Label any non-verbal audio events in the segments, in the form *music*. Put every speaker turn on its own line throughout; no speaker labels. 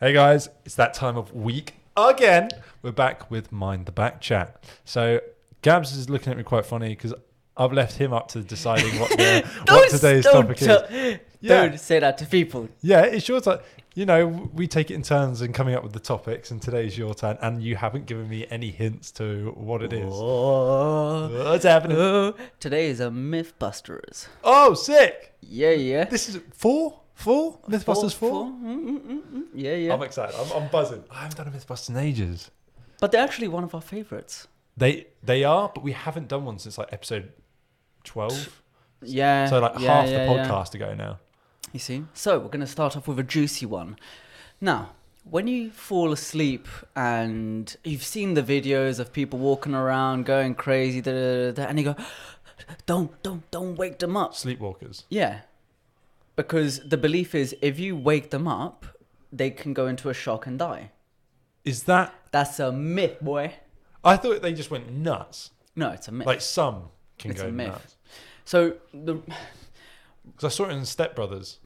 Hey guys, it's that time of week again. We're back with Mind the Back chat. So Gabs is looking at me quite funny because I've left him up to deciding what, *laughs* the, what today's topic is.
is.
Yeah.
Don't say that to people.
Yeah, it's your turn. You know, we take it in turns in coming up with the topics, and today's your turn. And you haven't given me any hints to what it is.
Oh,
What's happening?
oh. Today is a Mythbusters.
Oh, sick!
Yeah, yeah.
This is four, four MythBusters 4
Mm, mm, mm, mm. Yeah, yeah.
I'm excited. I'm, I'm buzzing. I haven't done a MythBusters in ages.
but they're actually one of our favorites.
They they are, but we haven't done one since like episode twelve.
Yeah.
So like
yeah,
half the
yeah, yeah.
podcast ago now.
You see? So we're going to start off with a juicy one. Now, when you fall asleep and you've seen the videos of people walking around going crazy, da, da, da, da, and you go, *gasps* don't, don't, don't wake them up.
Sleepwalkers.
Yeah. Because the belief is if you wake them up, they can go into a shock and die.
Is that?
That's a myth, boy.
I thought they just went nuts.
No, it's a myth.
Like some can
It's
go
a myth.
nuts.
so, the
Because I saw it in Step Brothers.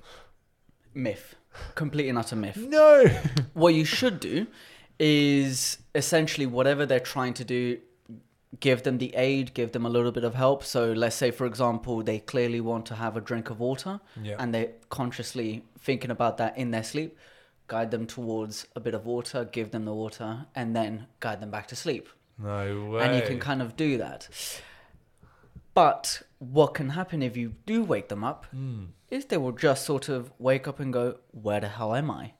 myth, complete and utter myth.
No.
What you should do is essentially whatever they're trying to do, give them the aid, give them a little bit of help. So, let's say, for example, they clearly want to have a drink of water
Yeah.
and they're consciously thinking about that in their sleep. Guide them towards a bit of water, give them the water, and then guide them back to sleep.
*laughs* no way.
and you can kind of do that. But what can happen if you do wake them up is they will just sort of wake up and go, "Where the hell am I?"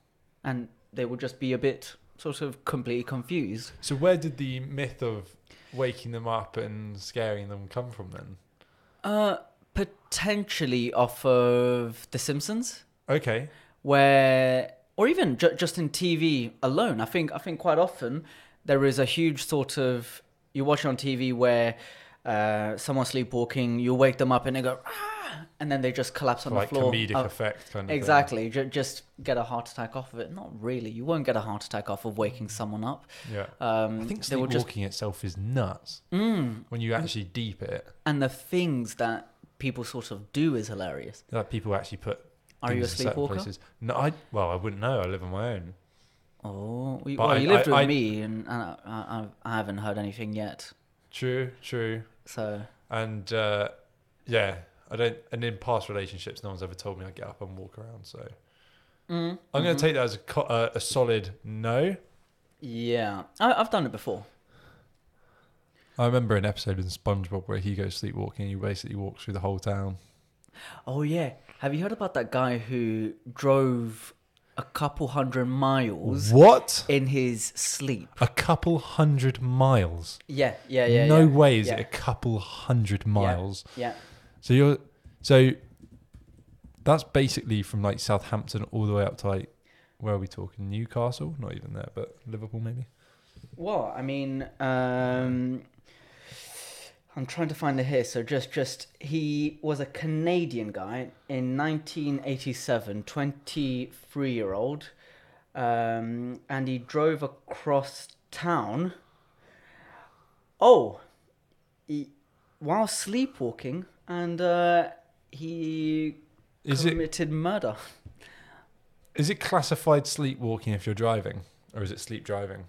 and they will just be a bit sort of completely confused.
So where did the myth of waking them up and scaring them come from then?
Uh, potentially off of The Simpsons,
Okay.
where or even ju- just in TV alone. I think I think quite often there is a huge sort of you watch it on TV where uh, someone sleepwalking, you wake them up and they go, ah, and then they just collapse on
like
the floor.
comedic
Uh,
effect kind of
exactly, ju- just get a heart attack off of it. Not really. You won't get a heart attack off of waking someone up.
Thing. Yeah.
Um,
I think
they will
sleepwalking
just
itself is nuts
mm,
when you actually deep it.
and the things that people sort of do is hilarious.
Like people actually put.
Are you a
things in certain
sleepwalker?
places. No, I well, I wouldn't know. I live on my own.
Oh, well, you-
But
well,
I-
you lived
I-
with
I-
me, and I, I, I haven't heard anything yet.
True, true.
So
And uh, yeah, I don't. And in past relationships, no one's ever told me I get up and walk around. So
Mm,
I'm going to take that as a, co- uh, a solid no.
Yeah, I, I've done it before.
I remember an episode in SpongeBob where he goes sleepwalking. He basically walks through the whole town.
Oh yeah, have you heard about that guy who drove a couple hundred miles
What?
in his sleep?
A couple hundred miles.
Yeah, yeah, yeah.
no
yeah,
way is
yeah,
it a couple hundred miles.
Yeah,
So you're so that's basically from like Southampton all the way up to like where are we talking? Newcastle? Not even there, but Liverpool maybe.
Well, I mean, um, I'm trying to find it here. So just, just he was a Canadian guy in 1987, 23 year old, um, and he drove across town. Oh, he, while sleepwalking, and uh, he
Is it
committed murder.
is it classified sleepwalking if you're driving? Or is it sleep driving?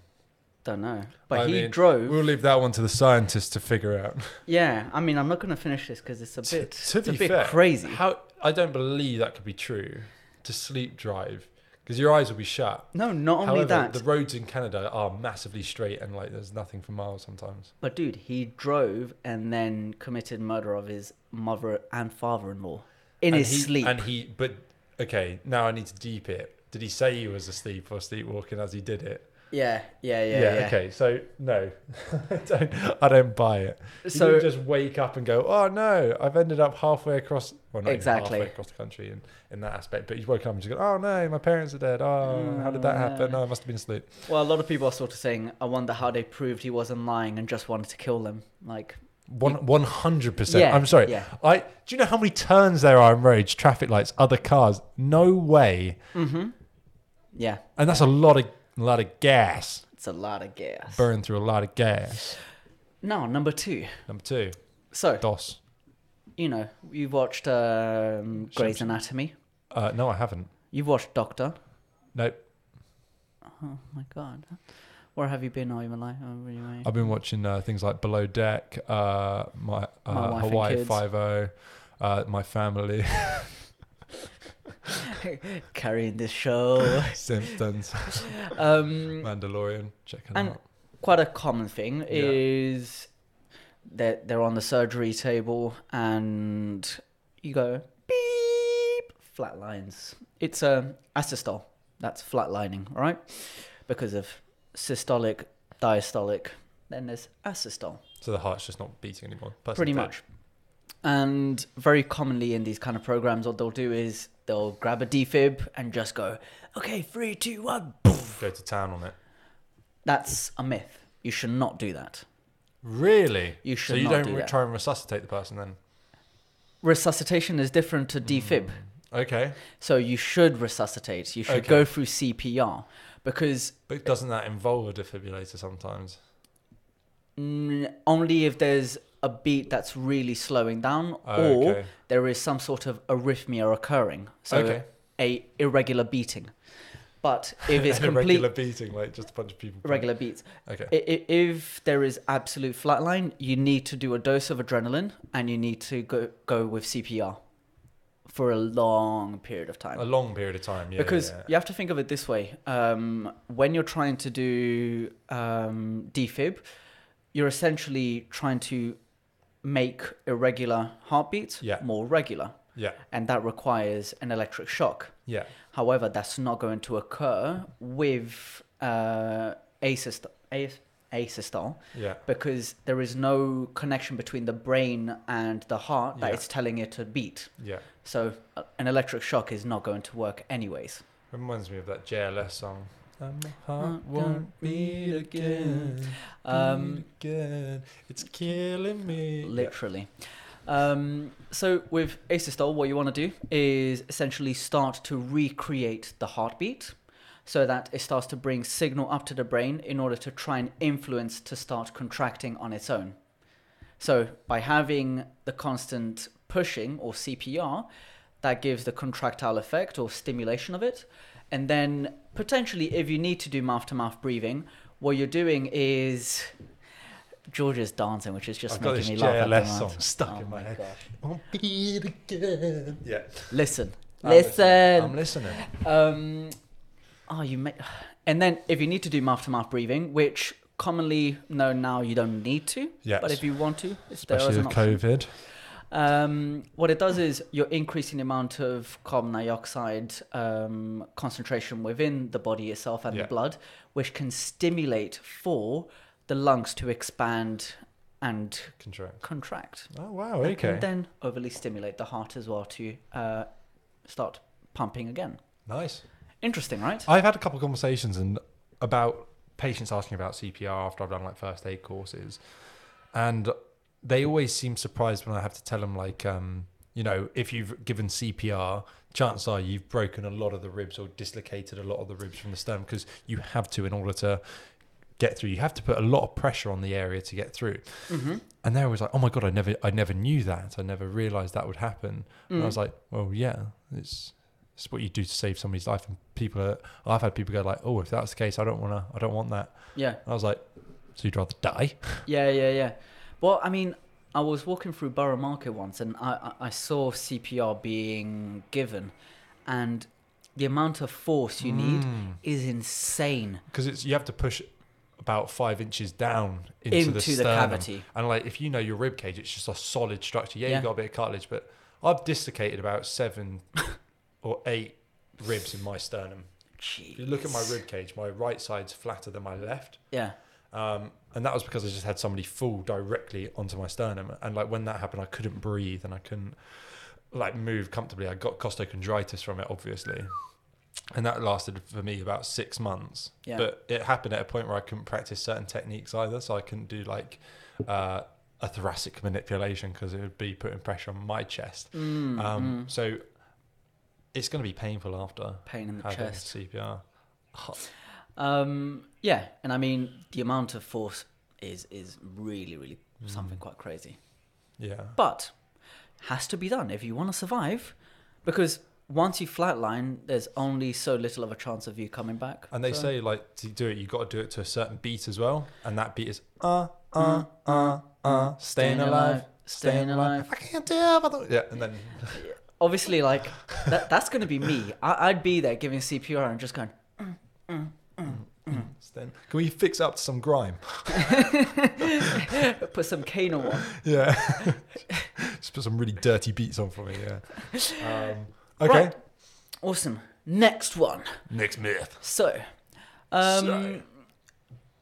Don't know, but
I
he
mean,
drove.
We'll leave that one to the scientists to figure out.
Yeah, I mean, I'm not going to finish this because it's
*laughs*
a
To-
bit,
to
it's a
be
bit
fair,
crazy.
How I don't believe that could be true to sleep drive because your eyes will be shut.
No, not only
However,
that,
the roads in Canada are massively straight and like there's nothing for miles sometimes.
but dude, he drove and then committed murder of his mother and father-in-law in
and
his
he,
sleep.
And he, but okay, now I need to deep it. Did he say he was asleep or sleepwalking as he did it?
yeah, yeah, yeah, yeah.
Okay, so no, *laughs* I don't, I don't buy it. So
So-
you just wake up and go, oh no, I've ended up halfway across, well, not even
Exactly.
halfway across the country in, in that aspect. But you woke up and just go, oh no, my parents are dead. Oh, how did
Mm,
that happen? No, I must have been asleep.
Well, a lot of people are sort of saying, "I wonder how they proved he wasn't lying and just wanted to kill them." Like,
One one hundred percent.
Yeah,
I'm sorry.
yeah.
I do you know how many turns there are on roads, traffic lights, other cars? No way.
Mm-hmm. yeah,
And that's a lot of lot of gas.
it's a lot of gas.
burn through a lot of gas.
Now, number two.
Number two,
So,
DOS.
you know, you've watched um, Grey's Anatomy.
Uh, no, I haven't.
You've watched Doctor.
Nope.
Oh my god. Where have you been all your life? Oh, anyway.
I've been watching uh, things like Below Deck, uh, my, uh,
My Wife and
Hawaii
Kids.
Five O, uh, my
*laughs*
family, *laughs*
Carrying this show. *laughs*
Simpsons,
um,
Mandalorian. Check it
And-
out.
quite a common thing
Yeah.
is that they're on the surgery table and you go beep flat lines. It's a asystole. That's flatlining, all right? Because of systolic, diastolic. Then there's asystole.
So the heart's just not beating anymore. Person's
pretty
dead.
much. And very commonly in these kind of programs, what they'll do is they'll grab a defib and just go, okay, three, two, one.
Go to town on it.
That's a myth. You should not do that.
Really?
You
so
should
you
not
don't
do
re-
that.
try and resuscitate the person then.
Resuscitation is different to defib.
Okay,
So you should resuscitate. You should
Mm. Okay.
go through CPR because
but doesn't that involve a defibrillator sometimes?
mm, only if there's a beat that's really slowing down
Oh,
or
okay.
there is some sort of arrhythmia occurring. So
Okay.
a irregular beating. But if it's
And *laughs* a
complete
regular beating, like just a bunch of people.
regular beats.
Okay.
I- i- If there is absolute flatline, you need to do a dose of adrenaline and you need to go, go with CPR for a long period of time.
a long period of time. Yeah.
because
yeah.
you have to think of it this way um, when you're trying to do um, defib, you're essentially trying to make irregular heartbeats
Yeah.
more regular,
yeah,
and that requires an electric shock.
yeah,
However, that's not going to occur with uh, asystole, as- asystole
yeah,
because there is no connection between the brain and the heart that
Yeah.
it's telling it to beat.
yeah.
So uh, an electric shock is not going to work anyways.
Reminds me of that JLS song. And my heart
Heart
won't
don't
beat
beat
again.
Um,
beat again. It's killing me.
literally. Um, so with asystole, what you want to do is essentially start to recreate the heartbeat so that it starts to bring signal up to the brain in order to try and influence to start contracting on its own. So by having the constant pushing or CPR, that gives the contractile effect or stimulation of it. And then potentially, if you need to do mouth to mouth breathing, what you're doing is Georgia's dancing, which is just
I've got
making
this
me laugh. at the
JLS
moment. Oh
song stuck in my head.
gosh.
Yeah. Won't beat again. Yeah.
Listen,
I'm I'm
listen.
listening.
Um, oh, you may. And then, if you need to do mouth to mouth breathing, which commonly known now you don't need to,
Yes.
but if you want to, it's there as
Especially with
an option.
COVID.
Um, what it does is you're increasing the amount of carbon dioxide um, concentration within the body itself and
Yeah.
the blood, which can stimulate for the lungs to expand and
Contract.
contract.
Oh, wow.
That can
Okay.
then overly stimulate the heart as well to uh, start pumping again.
Nice.
Interesting, right?
I've had a couple of conversations and about patients asking about CPR after I've done like first aid courses, and they always seem surprised when I have to tell them like, um, you know, if you've given CPR, chances are you've broken a lot of the ribs or dislocated a lot of the ribs from the sternum because you have to in order to get through. You have to put a lot of pressure on the area to get through.
Mm-hmm.
And they're always like, oh my god, I never, I never knew that. I never realized that would happen. And
Mm.
I was like, well, yeah, it's it's what you do to save somebody's life. And people, are, I've had people go like, oh, if that's the case, I don't wanna, I don't want that.
yeah,
And I was like, so you'd rather die?
yeah, yeah, yeah. Well, I mean, I was walking through Borough Market once, and I, I I saw CPR being given, and the amount of force you
Mm.
need is insane
Because it's you have to push about five inches down into,
into,
the,
the,
sternum.
cavity.
And like, if you know your rib cage, it's just a solid structure. Yeah,
Yeah.
you got a bit of cartilage, but I've dislocated about
*laughs*
seven or eight ribs in my sternum. If you look at my
Jeez.
rib cage, my right side's flatter than my left.
Yeah,
Um, and that was because I just had somebody fall directly onto my sternum. And like when that happened, I couldn't breathe and I couldn't like move comfortably. I got costochondritis from it, obviously. And that lasted for me about six months.
Yeah.
But it happened at a point where I couldn't practice certain techniques either. So I couldn't do like uh, a thoracic manipulation because it would be putting pressure on my chest.
Mm,
Um,
mm.
So it's going to be painful after
pain in the
having
chest.
CPR.
Um, yeah, and I mean the amount of force is is really really
Mm.
something quite crazy.
Yeah.
but has to be done if you want to survive because once you flatline, there's only so little of a chance of you coming back.
And they
So-
say like to do it, you got to do it to a certain beat as well, and that beat is uh uh uh uh, staying alive, staying alive. I can't do it. I don't- Yeah, and then
Obviously, like that, that's going to be me. I, I'd be there giving CPR and just going.
staying. Can we fix up to some grime? *laughs*
Put some Kano on.
Yeah, *laughs* just put some really dirty beats on for me. Yeah. Um, okay.
Right. Awesome. Next one.
Next myth.
So, um,
So-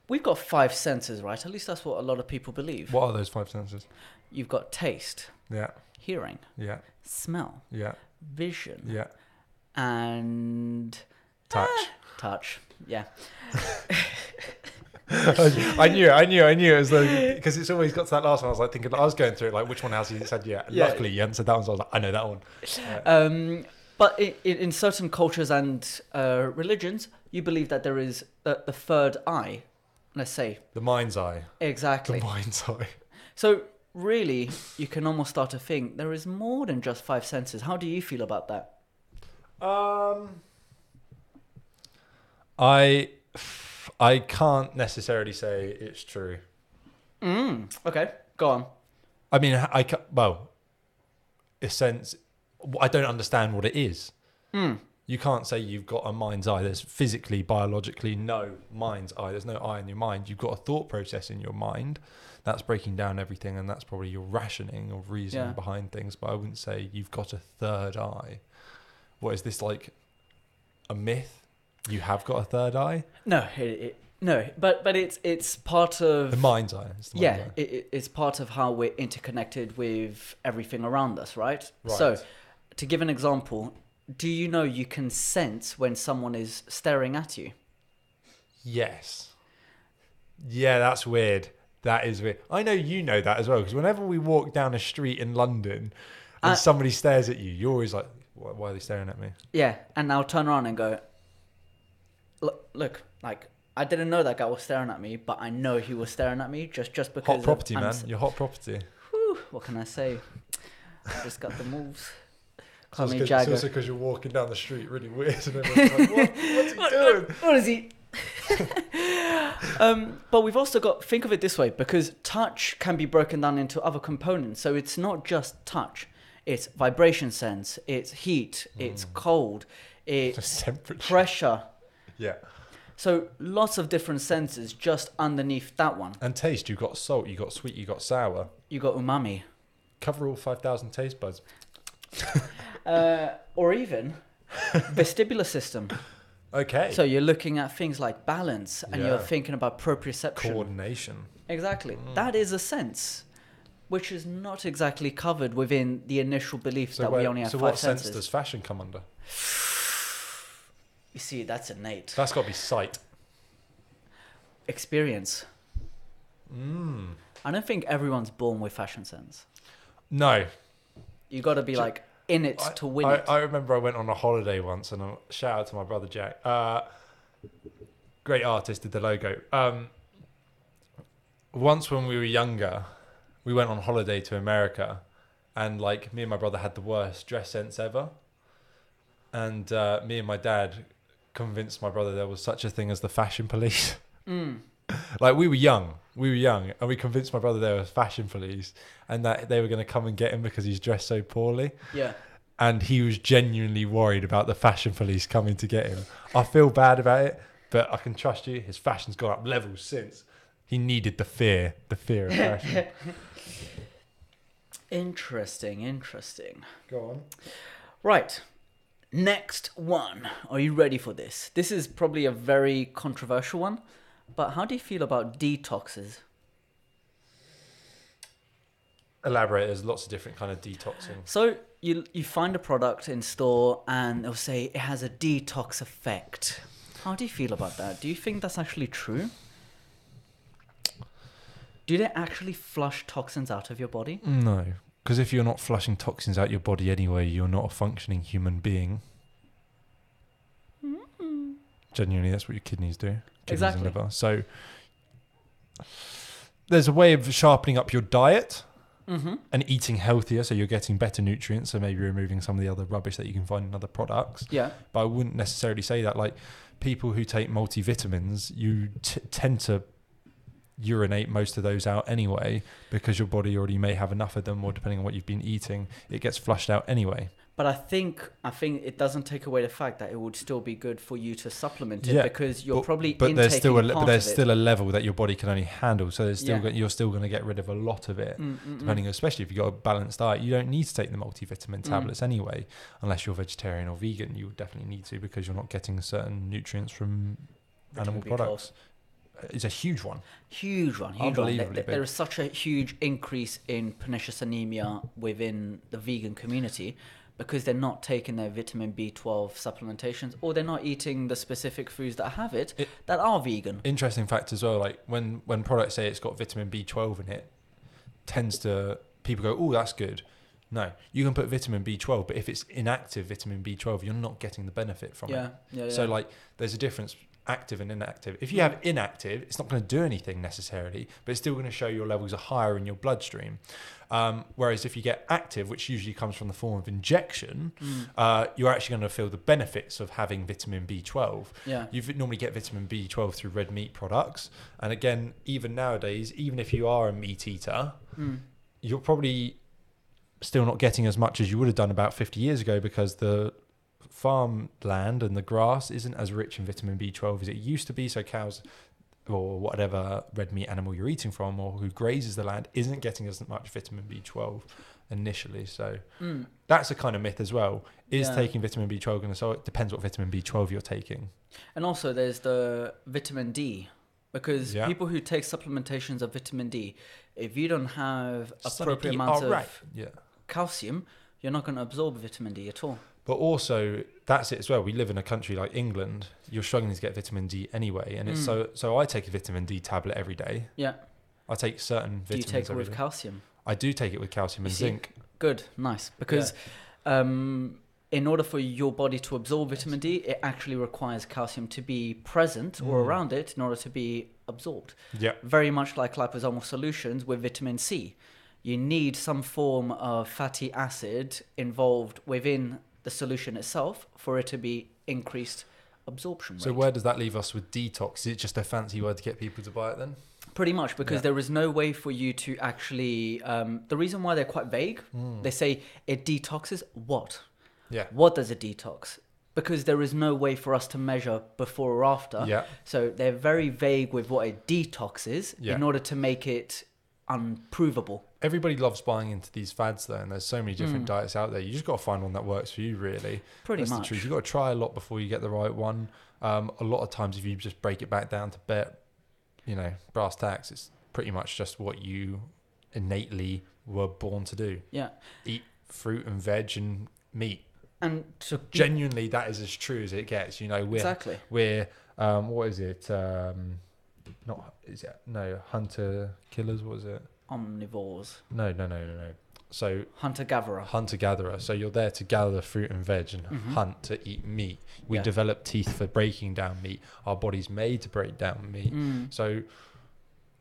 we've got five senses, right? At least that's what a lot of people believe.
What are those five senses?
You've got taste,
Yeah,
hearing,
yeah,
smell,
yeah,
vision,
yeah.
and
Touch.
touch. Yeah.
I knew, it, I knew, it, I knew it was because it's always got to that last one. I was like thinking, I was going through it, like which one has he said? Yeah.
Yeah.
Luckily, you hadn't said that one. So I was like, I know that one.
Um, but in, in certain cultures and uh, religions, you believe that there is the, the third eye. Let's say
The mind's eye. The
exactly.
mind's eye.
So really, you can almost start to think there is more than just five senses. How do you feel about that?
Um, I, I can't necessarily say it's true.
Mm. Okay, go on.
I mean, I ca- well, a sense. I don't understand what it is.
Hmm.
You can't say you've got a mind's eye. There's physically, biologically, no mind's eye. There's no eye in your mind. You've got a thought process in your mind that's breaking down everything, and that's probably your rationing or reasoning
Yeah.
behind things. But I wouldn't say you've got a third eye. What is this like? A myth? You have got a third eye.
No, it, it, no, but but it's it's part of
The mind's eye. It's the mind's
yeah,
eye.
it, it- it's part of how we're interconnected with everything around us, right?
Right.
So, to give an example, do you know you can sense when someone is staring at you?
Yes. Yeah, that's weird. That is weird. I know you know that as well because whenever we walk down a street in London and
Uh,
somebody stares at you, you're always like, why, why are they staring at me?
Yeah, and I'll turn around and go, look, look, like I didn't know that guy was staring at me, but I know he was staring at me just just because.
Hot
of-
property,
I'm
man.
s-
You're hot property.
Whew, what can I say? I just got
*laughs*
the moves. Call
It's
me
because- it's
Jagger.
also because you're walking down the street really weird and everyone's *laughs* like, what, what's he doing?
*laughs* What is he? *laughs* um, but we've also got think of it this way because touch can be broken down into other components. So it's not just touch; it's vibration sense, it's heat, it's cold, it's
*laughs* Mm. Just temperature.
pressure.
Yeah.
So lots of different senses just underneath that one.
And taste. You've got salt, you've got sweet, you've got sour.
You got umami,
Cover all 5,000 taste buds.
uh, or
*laughs*
even vestibular system.
Okay.
So you're looking at things like balance, and
Yeah.
you're thinking about proprioception.
Coordination.
Exactly.
Mm.
That is a sense, which is not exactly covered within the initial belief
So,
that we
where-
only have
so
five
what
senses.
sense does fashion come under?
You see, that's innate
That's got to be sight.
experience.
Mm.
I don't think everyone's born with fashion sense.
No,
You got to be
Ju-
like in it
I-
to win
I,
it.
I remember I went on a holiday once, and a shout out to my brother Jack. Uh, great artist, did the logo. Um, once when we were younger, we went on holiday to America, and like me and my brother had the worst dress sense ever. And uh, me and my dad convinced my brother there was such a thing as the fashion police. *laughs*
Mm.
like we were young, we were young, and we convinced my brother there was fashion police, and that they were going to come and get him because he's dressed so poorly
Yeah.
and he was genuinely worried about the fashion police coming to get him. I feel bad about it, but I can trust you. His fashion's gone up levels since. He needed the fear, the fear of fashion.
Interesting. Interesting.
*laughs* Go on.
Right. Next one. Are you ready for this? This is probably a very controversial one, but how do you feel about detoxes?
Elaborate. There's lots of different kind of detoxing.
So you you find a product in store and they'll say it has a detox effect. How do you feel about that? Do you think that's actually true? Do they actually flush toxins out of your body?
No, because if you're not flushing toxins out your body anyway, you're not a functioning human being. Genuinely, that's what your kidneys do. Kidneys
Hmm. Exactly.
And liver. So there's a way of sharpening up your diet.
Mm-hmm.
and eating healthier, so you're getting better nutrients. So maybe removing some of the other rubbish that you can find in other products.
Yeah.
But I wouldn't necessarily say that. Like people who take multivitamins, you t- tend to urinate most of those out anyway because your body already may have enough of them, or depending on what you've been eating, it gets flushed out anyway.
But I think I think it doesn't take away the fact that it would still be good for you to supplement it
Yeah,
because you're
but-
probably
But
intaking
there's still a
part
le- but there's
of
still a level that your body can only handle. So there's still
Yeah.
go- you're still going to get rid of a lot of it.
it. Mm, mm, mm.
depending especially if you've got a balanced diet you don't need to take the multivitamin
Mm.
tablets anyway unless you're vegetarian or vegan you would definitely need to because you're not getting certain nutrients from
Vitamin
animal
B12.
products it's a huge one
Huge one, huge one. There,
Unbelievably
there-
big.
there is such a huge increase in pernicious anemia within the vegan community because they're not taking their vitamin B12 supplementations or they're not eating the specific foods that have it,
It-
that are vegan.
interesting fact as well like when when products say it's got vitamin b12 in it tends to people go oh that's good no you can put vitamin b12 but if it's inactive vitamin b12 you're not getting the benefit from it
yeah, yeah, yeah.
So like there's a difference active and inactive. If you have inactive, it's not going to do anything necessarily, but it's still going to show your levels are higher in your bloodstream. Um, whereas if you get active, which usually comes from the form of injection,
Mm,
uh, you're actually going to feel the benefits of having vitamin B12.
yeah.
You normally get vitamin B12 through red meat products. And again, even nowadays, even if you are a meat eater,
Mm.
you're probably still not getting as much as you would have done about 50 years ago because the farmland and the grass isn't as rich in vitamin B12 as it used to be. So cows or whatever red meat animal you're eating from or who grazes the land isn't getting as much vitamin B12 initially. So
Mm.
that's a kind of myth as well. Is
Yeah.
taking vitamin B12 going to solve it? Depends what vitamin B12 you're taking.
And also, there's the vitamin D, because
Yeah.
people who take supplementations of vitamin D, if you don't have appropriate
Suddenly,
amounts
oh,
of
right. Yeah.
calcium, you're not going to absorb vitamin D at all.
But also, that's it as well. We live in a country like England. You're struggling to get vitamin D anyway, and it's
Mm.
so. So I take a vitamin D tablet every day.
Yeah.
I take certain
Do you
vitamins.
take it
every
with
day.
calcium?
I do take it with calcium
You
and
see?
zinc.
Good, nice. Because um, in order for your body to absorb vitamin D, it actually requires calcium to be present or
Mm.
around it in order to be absorbed.
Yeah,
Very much like liposomal solutions with vitamin C. You need some form of fatty acid involved within the solution itself for it to be increased absorption rate.
So where does that leave us with detox? Is it just a fancy word to get people to buy it then?
Pretty much, because
Yeah.
there is no way for you to actually. Um, the reason why they're quite vague, they say it detoxes what?
Hmm. Yeah.
What does it detox? Because there is no way for us to measure before or after.
Yeah.
So they're very vague with what it detoxes
Yeah.
in order to make it unprovable.
Everybody loves buying into these fads though, and there's so many different
Mm.
diets out there. You just got to find one that works for you, really.
Pretty
That's
much.
the truth. You've got to try a lot before you get the right one. Um, a lot of times, if you just break it back down to bet, you know, brass tacks, it's pretty much just what you innately were born to do.
Yeah.
Eat fruit and veg and meat.
And to
Genuinely, that is as true as it gets. You know, we're
exactly.
we're um, what is it? Um, not is it? No, hunter killers. What is it?
Omnivores,
No, no, no, no, no. So
hunter
*laughs*
gatherer.
hunter gatherer. So you're there to gather fruit and veg and
Mhm.
hunt to eat meat. We
Yeah.
develop teeth for breaking down meat. Our body's made to break down meat.
Mm.
So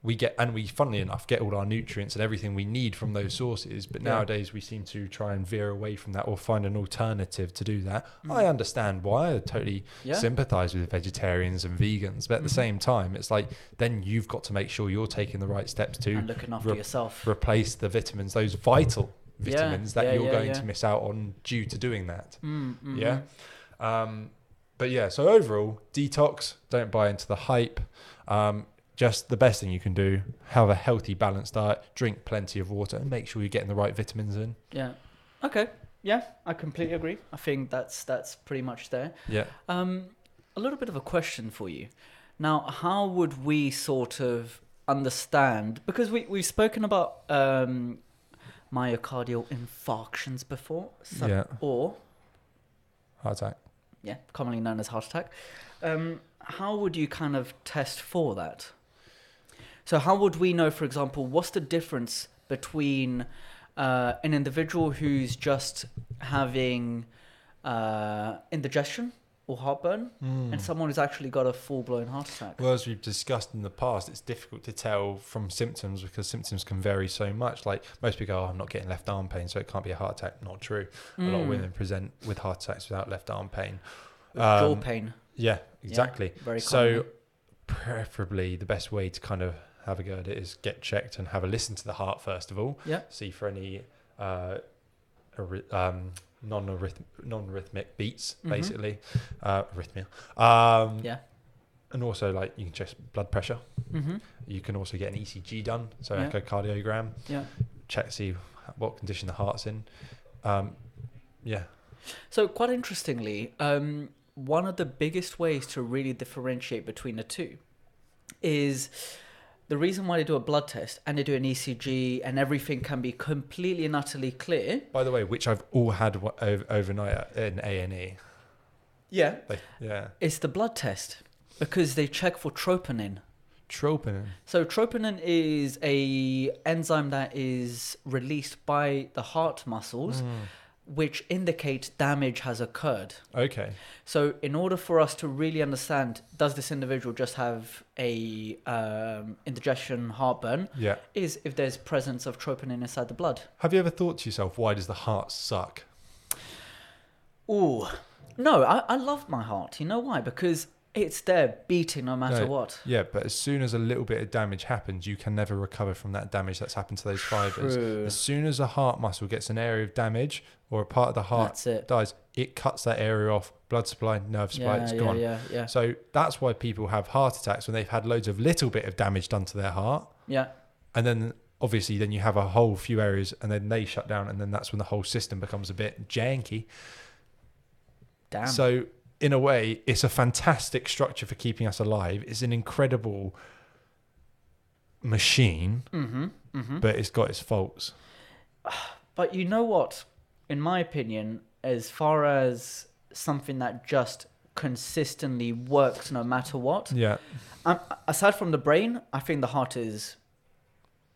we get, and we, funnily enough, get all our nutrients and everything we need from those sources. But
Yeah.
nowadays, we seem to try and veer away from that or find an alternative to do that.
Mm.
I understand why. I totally
Yeah.
sympathize with vegetarians and vegans. But at the
Mhm.
same time, it's like, then you've got to make sure you're taking the right steps to
and looking after
rep-
yourself.
replace the vitamins, those vital
Yeah,
vitamins that
yeah,
you're
yeah,
going
yeah.
to miss out on due to doing that.
Mm, mhm.
Yeah. Um, but yeah, so overall, detox, don't buy into the hype. Um, just the best thing you can do, have a healthy, balanced diet, drink plenty of water, and make sure you're getting the right vitamins in.
Yeah. Okay. Yeah, I completely agree. I think that's that's pretty much there.
Yeah.
Um, a little bit of a question for you. Now, how would we sort of understand? Because we we've spoken about um, myocardial infarctions before, so-
Yeah.
or
Heart attack.
yeah, commonly known as heart attack. Um, how would you kind of test for that? So, how would we know, for example, what's the difference between uh, an individual who's just having uh, indigestion or heartburn, and someone who's actually got a full blown heart attack.
Hmm. Well, as we've discussed in the past, it's difficult to tell from symptoms because symptoms can vary so much. Like most people go, oh, I'm not getting left arm pain, so it can't be a heart attack. Not true. A lot of
Mm.
women present with heart attacks without left arm pain.
With jaw
Um,
pain.
Yeah, exactly.
Very
so
commonly.
preferably the best way to kind of have a go at it is get checked and have a listen to the heart first of all.
Yeah.
See for any uh, arrhy- um, non-arrhythm- non-rhythmic beats,
Mhm.
basically uh, arrhythmia. Um,
Yeah.
And also, like you can check blood pressure.
Mm-hmm.
You can also get an ECG done, so
Yeah.
echocardiogram.
Yeah.
Check see what condition the heart's in. Um, yeah.
So, quite interestingly, um, one of the biggest ways to really differentiate between the two is the reason why they do a blood test and they do an ECG and everything can be completely and utterly clear.
By the way, which I've all had wa- ov- overnight at- in A and E.
Yeah.
Yeah.
It's the blood test because they check for troponin.
Troponin.
So troponin is a enzyme that is released by the heart muscles, which indicates damage has occurred.
Okay.
So, in order for us to really understand, does this individual just have a um, indigestion heartburn?
Yeah.
Is if there's presence of troponin inside the blood.
Have you ever thought to yourself, why does the heart suck?
Ooh, no, I, I love my heart. You know why? Because it's there beating no matter
No.
what.
Yeah, but as soon as a little bit of damage happens, you can never recover from that damage that's happened to those fibers.
True.
As soon as a heart muscle gets an area of damage or a part of the heart
That's it.
dies, it cuts that area off, blood supply, nerve supply,
Yeah,
it's
yeah,
gone.
yeah, yeah,
So that's why people have heart attacks when they've had loads of little bit of damage done to their heart.
yeah.
And then obviously then you have a whole few areas and then they shut down and then that's when the whole system becomes a bit janky.
Damn.
So, in a way, it's a fantastic structure for keeping us alive. It's an incredible machine,
mm-hmm. Mm-hmm.
but it's got its faults.
But you know what? In my opinion, as far as something that just consistently works no matter what,
Yeah,
um, aside from the brain, I think the heart is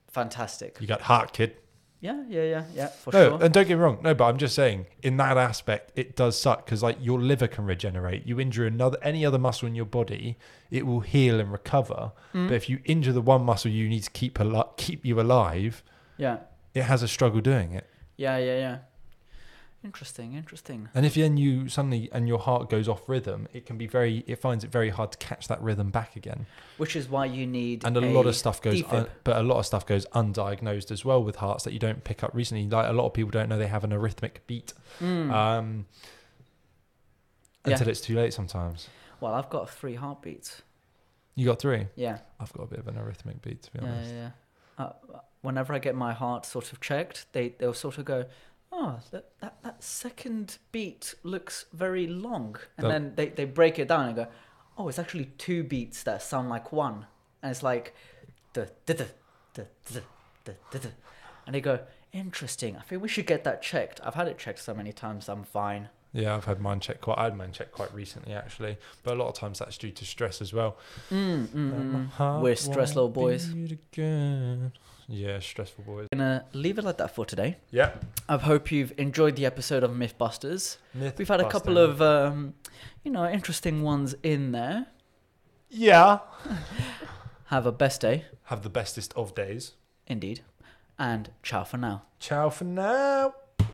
fantastic.
you got heart, kid.
Yeah, yeah, yeah, yeah, for
no, uh,
sure.
and don't get me wrong. No, but I'm just saying, in that aspect, it does suck because like your liver can regenerate. You injure another any other muscle in your body, it will heal and recover.
Mm.
But if you injure the one muscle you need to keep al- keep you alive,
yeah,
it has a struggle doing it.
yeah, yeah, yeah. Interesting, interesting.
And if then you suddenly and your heart goes off rhythm, it can be very. It finds it very hard to catch that rhythm back again.
Which is why you need
And a, lot of stuff goes, uh,
defib.
un, but a lot of stuff goes undiagnosed as well with hearts that you don't pick up recently. Like a lot of people don't know they have an arrhythmic beat
Mm.
um,
Yeah.
until it's too late. Sometimes
well, I've got three heartbeats.
you got three.
Yeah,
I've got a bit of an arrhythmic beat to be
yeah,
honest.
yeah. yeah. Uh, whenever I get my heart sort of checked, they they'll sort of go, "Oh, that that, that second beat looks very long," and
That-
then they they break it down and go, "Oh, it's actually two beats that sound like one," and it's like, "Duh, duh, duh, duh, duh, duh, duh, duh." and they go. Interesting. I think we should get that checked. I've had it checked so many times. I'm fine.
Yeah. I've had mine checked quite. I had mine checked quite recently actually, but a lot of times that's due to stress as well. Um,
Mm, mm,
That my
mm.
heart
We're stressed
won't
little boys.
beat again. Yeah, stressful boys.
We're gonna leave it like that for today.
Yeah.
I hope you've enjoyed the episode of MythBusters.
Myth
We've had a couple
busting.
of, um, you know, interesting ones in there.
Yeah.
Have a best day,
Have the bestest of days.
indeed, and ciao for now.
Ciao for now.